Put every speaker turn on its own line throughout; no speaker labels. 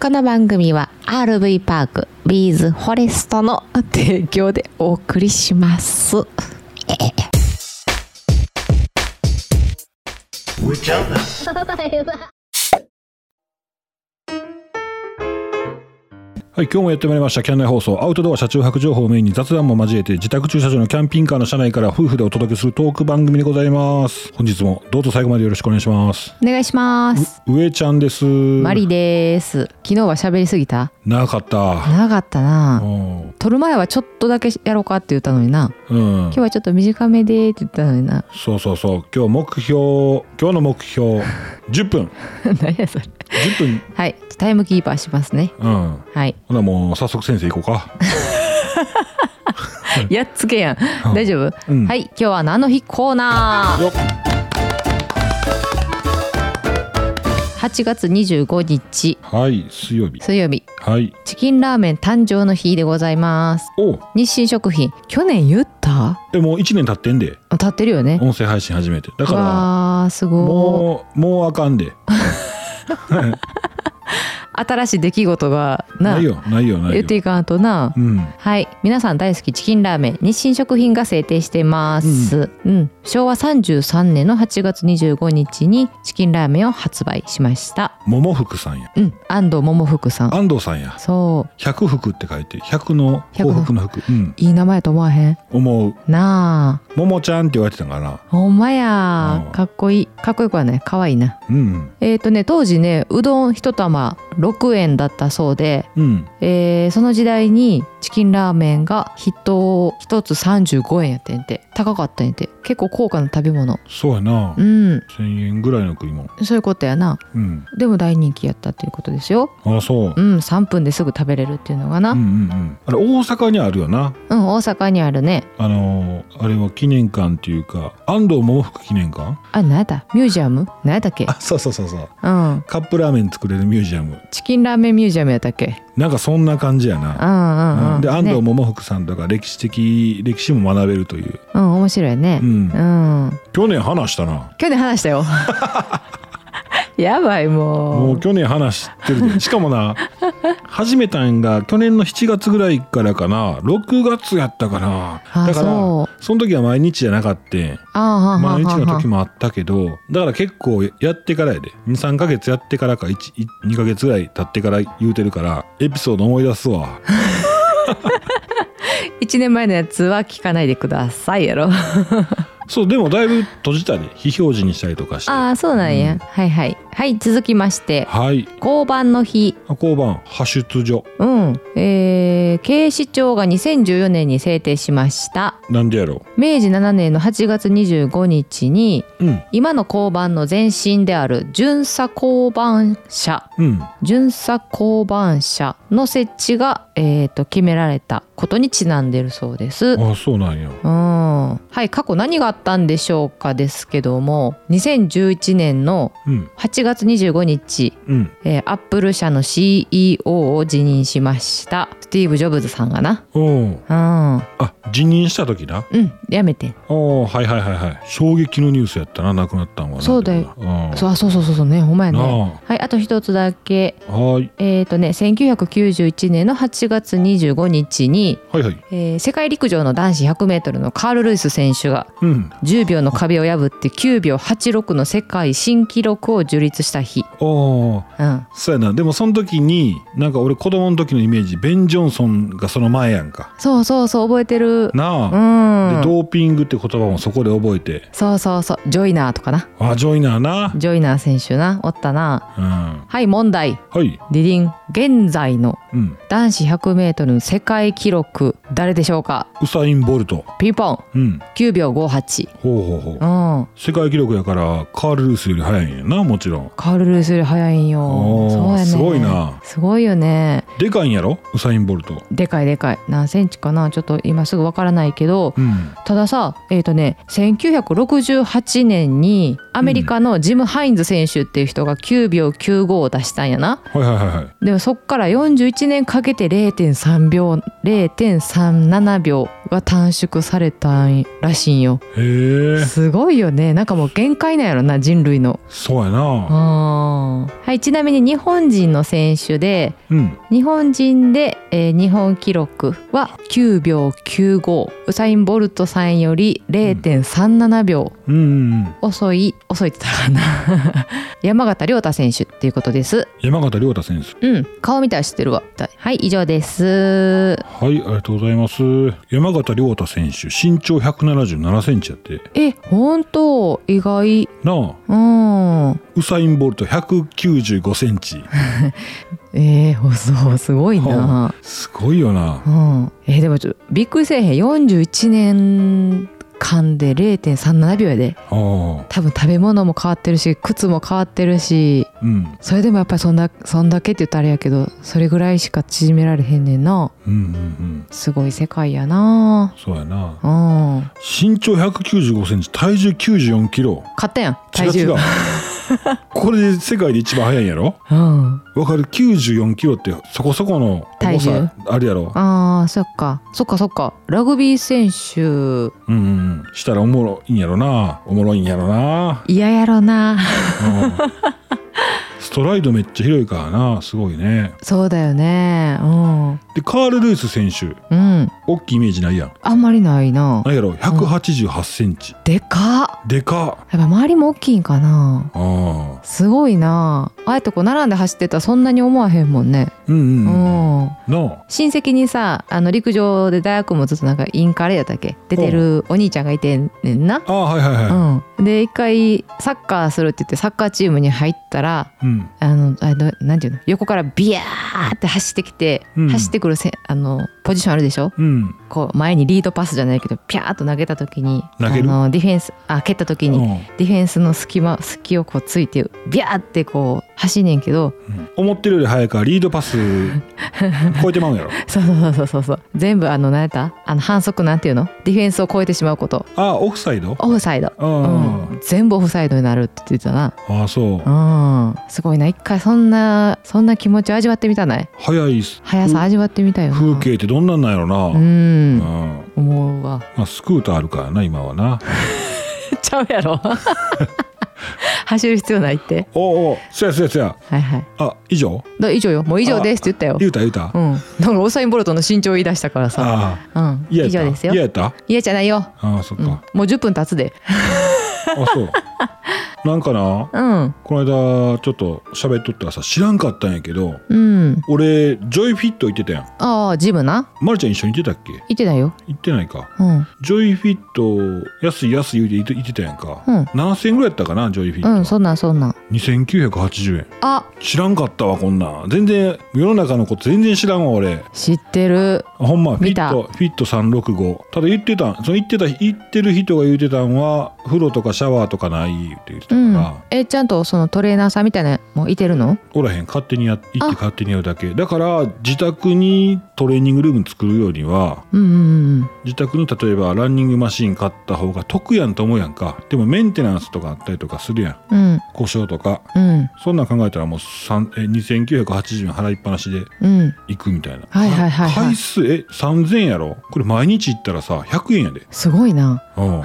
この番組は RV パークビーズフォレストの提供でお送りします。
はい、今日もやってまいりました、キャンナイ放送。アウトドア車中泊情報をメインに雑談も交えて、自宅駐車場のキャンピングカーの車内から夫婦でお届けするトーク番組でございます。本日もどうぞ最後までよろしくお願いします。
お願いします。
上ちゃんです。
マリです。昨日は喋りすぎた
なか った。
長かった
う
な。
ん。
撮る前はちょっとだけやろうかって言ったのにな。
うん
今日。はちょっと短めでって言ったのにな。
そうそうそう。今日目標、今日の目標、10分。
何やそれ。
10分。
はい。タイムキーパーしますね。
うん。
はい。
ほなもう早速先生行こ うか。
やっつけやん。大丈夫、
うん
はい。今日は何の日コーナー。
よっ
8月25日
はい、水曜日。
水曜日。
はい。
チキンラーメン誕生の日でございます。
お
日清食品。去年言った
え、もう1年経ってんで。
立ってるよね。
音声配信始めて。だから、
わあすごい。
もう、もうあかんで。
新しい出来事がな
ないよ、ないよ、ないよ。
言っていかんとな。
うん。
はい皆さん大好きチキンラーメン日清食品が制定してます、うん昭和33年の8月25日にチキンラーメンを発売しました
桃福さんや。
うん安藤桃福さん
安藤さんや。
そう
百福って書いて、百の幸福の福。うん。
いい名前やと思わへん
思う。
なあ
桃ちゃんって言われてたんかな。
ほんまや
うん
かっこいいかっこよくはないかわいいな
うん。
えっ、とね当時ねうどん一玉6円だったそうで
うん。
えーその時代にチキンラーメンが人一つ35円やってんて高かったんやて結構高価な食べ物
そうやな
う。ん
千円ぐらいの食い物。
そういうことやな
うん。
でも大人気やったということですよ
あ、
う。
そう
ん3分ですぐ食べれるっていうのがな
う
うんん、
うんうん。あれ、大阪にあるよな。
大阪にあるね
あのー、あれは記念館っていうか、安藤桃福記念館
あ何やったミュージアム何やったっけ
あ、そうそうそうそう。
うん
カップラーメン作れるミュージアム。
チキンラーメンミュージアムやったっけ
なんかそんな感じや
う
な。
んうんうん
で、安藤
ね
桃福さんとか歴史的、歴史も学べるという。
うん面白いね
うん
う。ん、
去年話したな。
去年話した よやばいも
も
う
う去年話してるでしかもな 始めたんが去年の7月ぐらいからかな6月やったかな
あ
だから
そ
その時は毎日じゃなかって
あーはんはんはんはん
毎日の時もあったけどだから結構やってからやで23ヶ月やってからか2ヶ月ぐらい経ってから言うてるからエピソード思い出 すわ
1年前のやつは聞かないでくださいや ろ
そうでもだいぶ閉じたで非表示にしたりとかして
ああそうなんや、
うん
はいはいはい続きまして
はい
交番の日
交番派出所
うんえー、警視庁が2014年に制定しました
なんでやろ
明治7年の8月25日に
ううん
今の交番の前身である巡査交番社
うん
巡査交番社の設置が、えー、と決められたことにちなんでるそうです
ああそうなんや
うんはい過去何があったんでしょうかですけども2011年の
うん
8月25日、
うん
えーアップル社の CEO を辞任しましたスティーブ・ジョブズさんがな
うん
うん
あ辞任した時な
うんやめて
ああはいはいはいはい衝撃のニュースやったな亡くなったんはな
そうだよ
うん
そうあそうそうそうそうねほんまや
な
ねはいあと一つだけ
あはーい
えっ、とね1991年の8月25日に、
はいはい
えー世界陸上の男子 100m のカール・ルイス選手が
うん
10秒の壁を破って9秒86の世界新記録を樹立した日、
ああ
うん、
そうやなでもその時になんか俺子供の時のイメージベン・ジョンソンがその前やんか
そうそうそう覚えてるう
なあ、で
ん
ドーピングって言葉もそこで覚えて
そうそうそうジョイナーとかな
ああジョイナーな
ジョイナー選手なおったな
うん
はい問題
はい
ディリン現在の
うん
男子 100m の世界記録誰でしょうか
ウサイン・ボルト
ピンポン
うん
9秒58
ほうほうほう
うん
世界記録やからカール・ルースより早いんやなもちろん
カール・ルイスより早いんよ
おー
そうやね
すごいな
すごいよね
でかいんやろウサイン・ボルト
でかいでかい何センチかなちょっと今すぐわからないけど
うん
たださえっ、とね1968年にアメリカのジム・ハインズ選手っていう人が9秒95を出したんやな
はいはいはいはい
でもそっから41年かけて0.3秒0.37秒が短縮されたんらしいんよ
へえ
すごいよねなんかもう限界なんやろな人類の
そうやな
あーはいちなみに日本人の選手で
うん
日本人で、えー日本記録は9秒95ウサイン・ボルトさんより0.37秒
うんうんうん
遅い遅いって言ったかな 山形亮太選手っていうことです
山形亮太選手
うん顔見たら知ってるわはい以上です
はいありがとうございます山形亮太選手身長1 7 7センチやって
え本当意外
なあ
うん
ウサイン・ボルト1 9 5ンチ
えー、そうすごいな
すごいよな
うんえーでもちょっとびっくりせえへん41年間で0.37秒やで
ああ
多分食べ物も変わってるし靴も変わってるし
うん
それでもやっぱりそんだそんだけって言ったらあれやけどそれぐらいしか縮められへんねんな
うんうんうん
すごい世界やな
そうやな
うん
身長1 9 5ンチ体重9 4キロ
買ったやん
違
体
う
重
違う これで世界で一番速いんやろ
うん
わかる94キロってそこそこの重さあるやろ
あーそっかそっかそっかラグビー選手
うんうんうんしたらおもろいんやろなおもろいんやろな、
嫌やろな
うん、ストライドめっちゃ広いからなすごいね
そうだよねうん
でカール・ルイス選手
うん
大きいイメージないやん
あんまりないな
なんやろ188センチ、
でかっ
でかっ
やっぱ周りも大きいんかな
ああ
すごいなああえてこう並んで走ってたらそんなに思わへんもんね
うんう
う
んうん
ん
なあ
親戚にさあの陸上で大学もずっとなんかインカレやったっけ出てるお兄ちゃんがいてんねんな。
ああはいはいはい、
うん、で一回サッカーするって言ってサッカーチームに入ったら
うん
あのあのなんていうの横からビヤーって走ってきて、
うん
走ってくるせあのポジションあるでしょ
うん
こう前にリードパスじゃないけどピャーっと投げた時に
投げる
あのディフェンスあ蹴った時に、
うん
ディフェンスの隙間隙をこうついてビャーってこう走んねんけど
うん思ってるより速いからリードパス 超えてまうんやろ
そうそうそうそうそう全部あの何やったあの反則なんていうのディフェンスを超えてしまうこと
ああオフサイド
オフサイド、
ああ、
うん、全部オフサイドになるって言ってたな
ああそう
うんすごいな一回そんなそんな気持ち味わってみたない
速いっす
速さ味わってみたいよな
風景ってどんなんなんやろな、
う
うん
ん、思うわ
まあ、スクーターあるからな今はな
ちゃうやろ 走る必要ないって
おうおうそやそやそや
はいはい
あ以上
だ以上よもう以上ですって言ったよ
言うた言うた、
うんだからオサイン・ボルトの身長を言い出したからさ
ああ
うん
嫌や
以
った
上ですよ
嫌やった
嫌じゃないよ、
ああそっ
うん、
か
も、う10分経つで
あそうなんかな
うん
この間ちょっと喋っとったらさ知らんかったんやけど
うん
俺ジョイフィット行ってたやん
ああジムな
まるちゃん一緒に行ってたっけ
行ってないよ
行ってないか
うん
ジョイフィット安い安い言うて行ってたやんか、
うん
7000円ぐらいやったかなジョイフィット、
うんそんなんそんなん
2980円
あ
知らんかったわこんなん全然世の中のこと全然知らんわ俺
知ってる
あほんまフィ
見
ッ
た
トフィット365ただ言ってたんその言ってた言ってる人が言ってたんは風呂とかシャワーとかないって言ってた
う
から、
んえちゃんとそのトレーナーさんみたいなのもいてるの
おらへん勝手にや行って
あ
勝手にやるだけだから自宅にトレーニングルーム作るようには
うんうんうん
自宅に例えばランニングマシン買った方が得やんと思うやんかでもメンテナンスとかあったりとかするやん
うん
故障とか
うん
そんなん考えたらもう3え2980円払いっぱなしで
うん
行くみたいな。
はいはいはいはい
回数、え、3000円やろこれ毎日行ったらさ、100円やで。
すごいな
うん。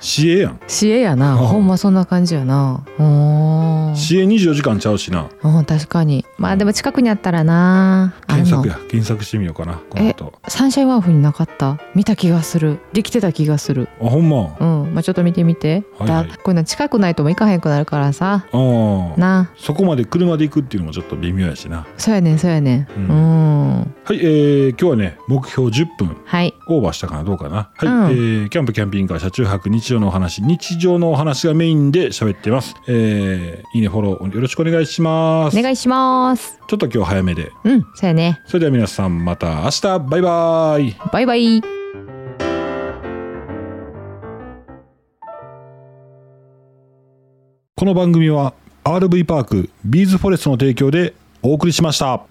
市営やん。
知恵やな
ああ
ほんまそんな感じやなうーん
市営24時間ちゃうしな。
うん確かにまあでも近くにあったらなある
検
の
索や。検索してみようかな、この後。
サンシャインワーフになかった見た気がするできてた気がする
あ、ほんま。
うんまあちょっと見てみて、
はいはい
だこういうの近くないとも行かへんくなるからさ
うん。
な
そこまで車で行くっていうのもちょっと微妙やしな。
そうやねんそうやねん
う
うんん
はい、えー、今日はね、目標10分。
はい
オーバーしたかなどうかな。はい、
うん
えーキャンプキャンピングカー車中泊日常のお話日常のお話がメインで喋ってます。えー、いいねフォローよろしくお願いします。
お願いします
ちょっと今日早めで
うんそうやね
それでは皆さんまた明日バイバイ
バイバイ
この番組は RV パークビーズフォレストの提供でお送りしました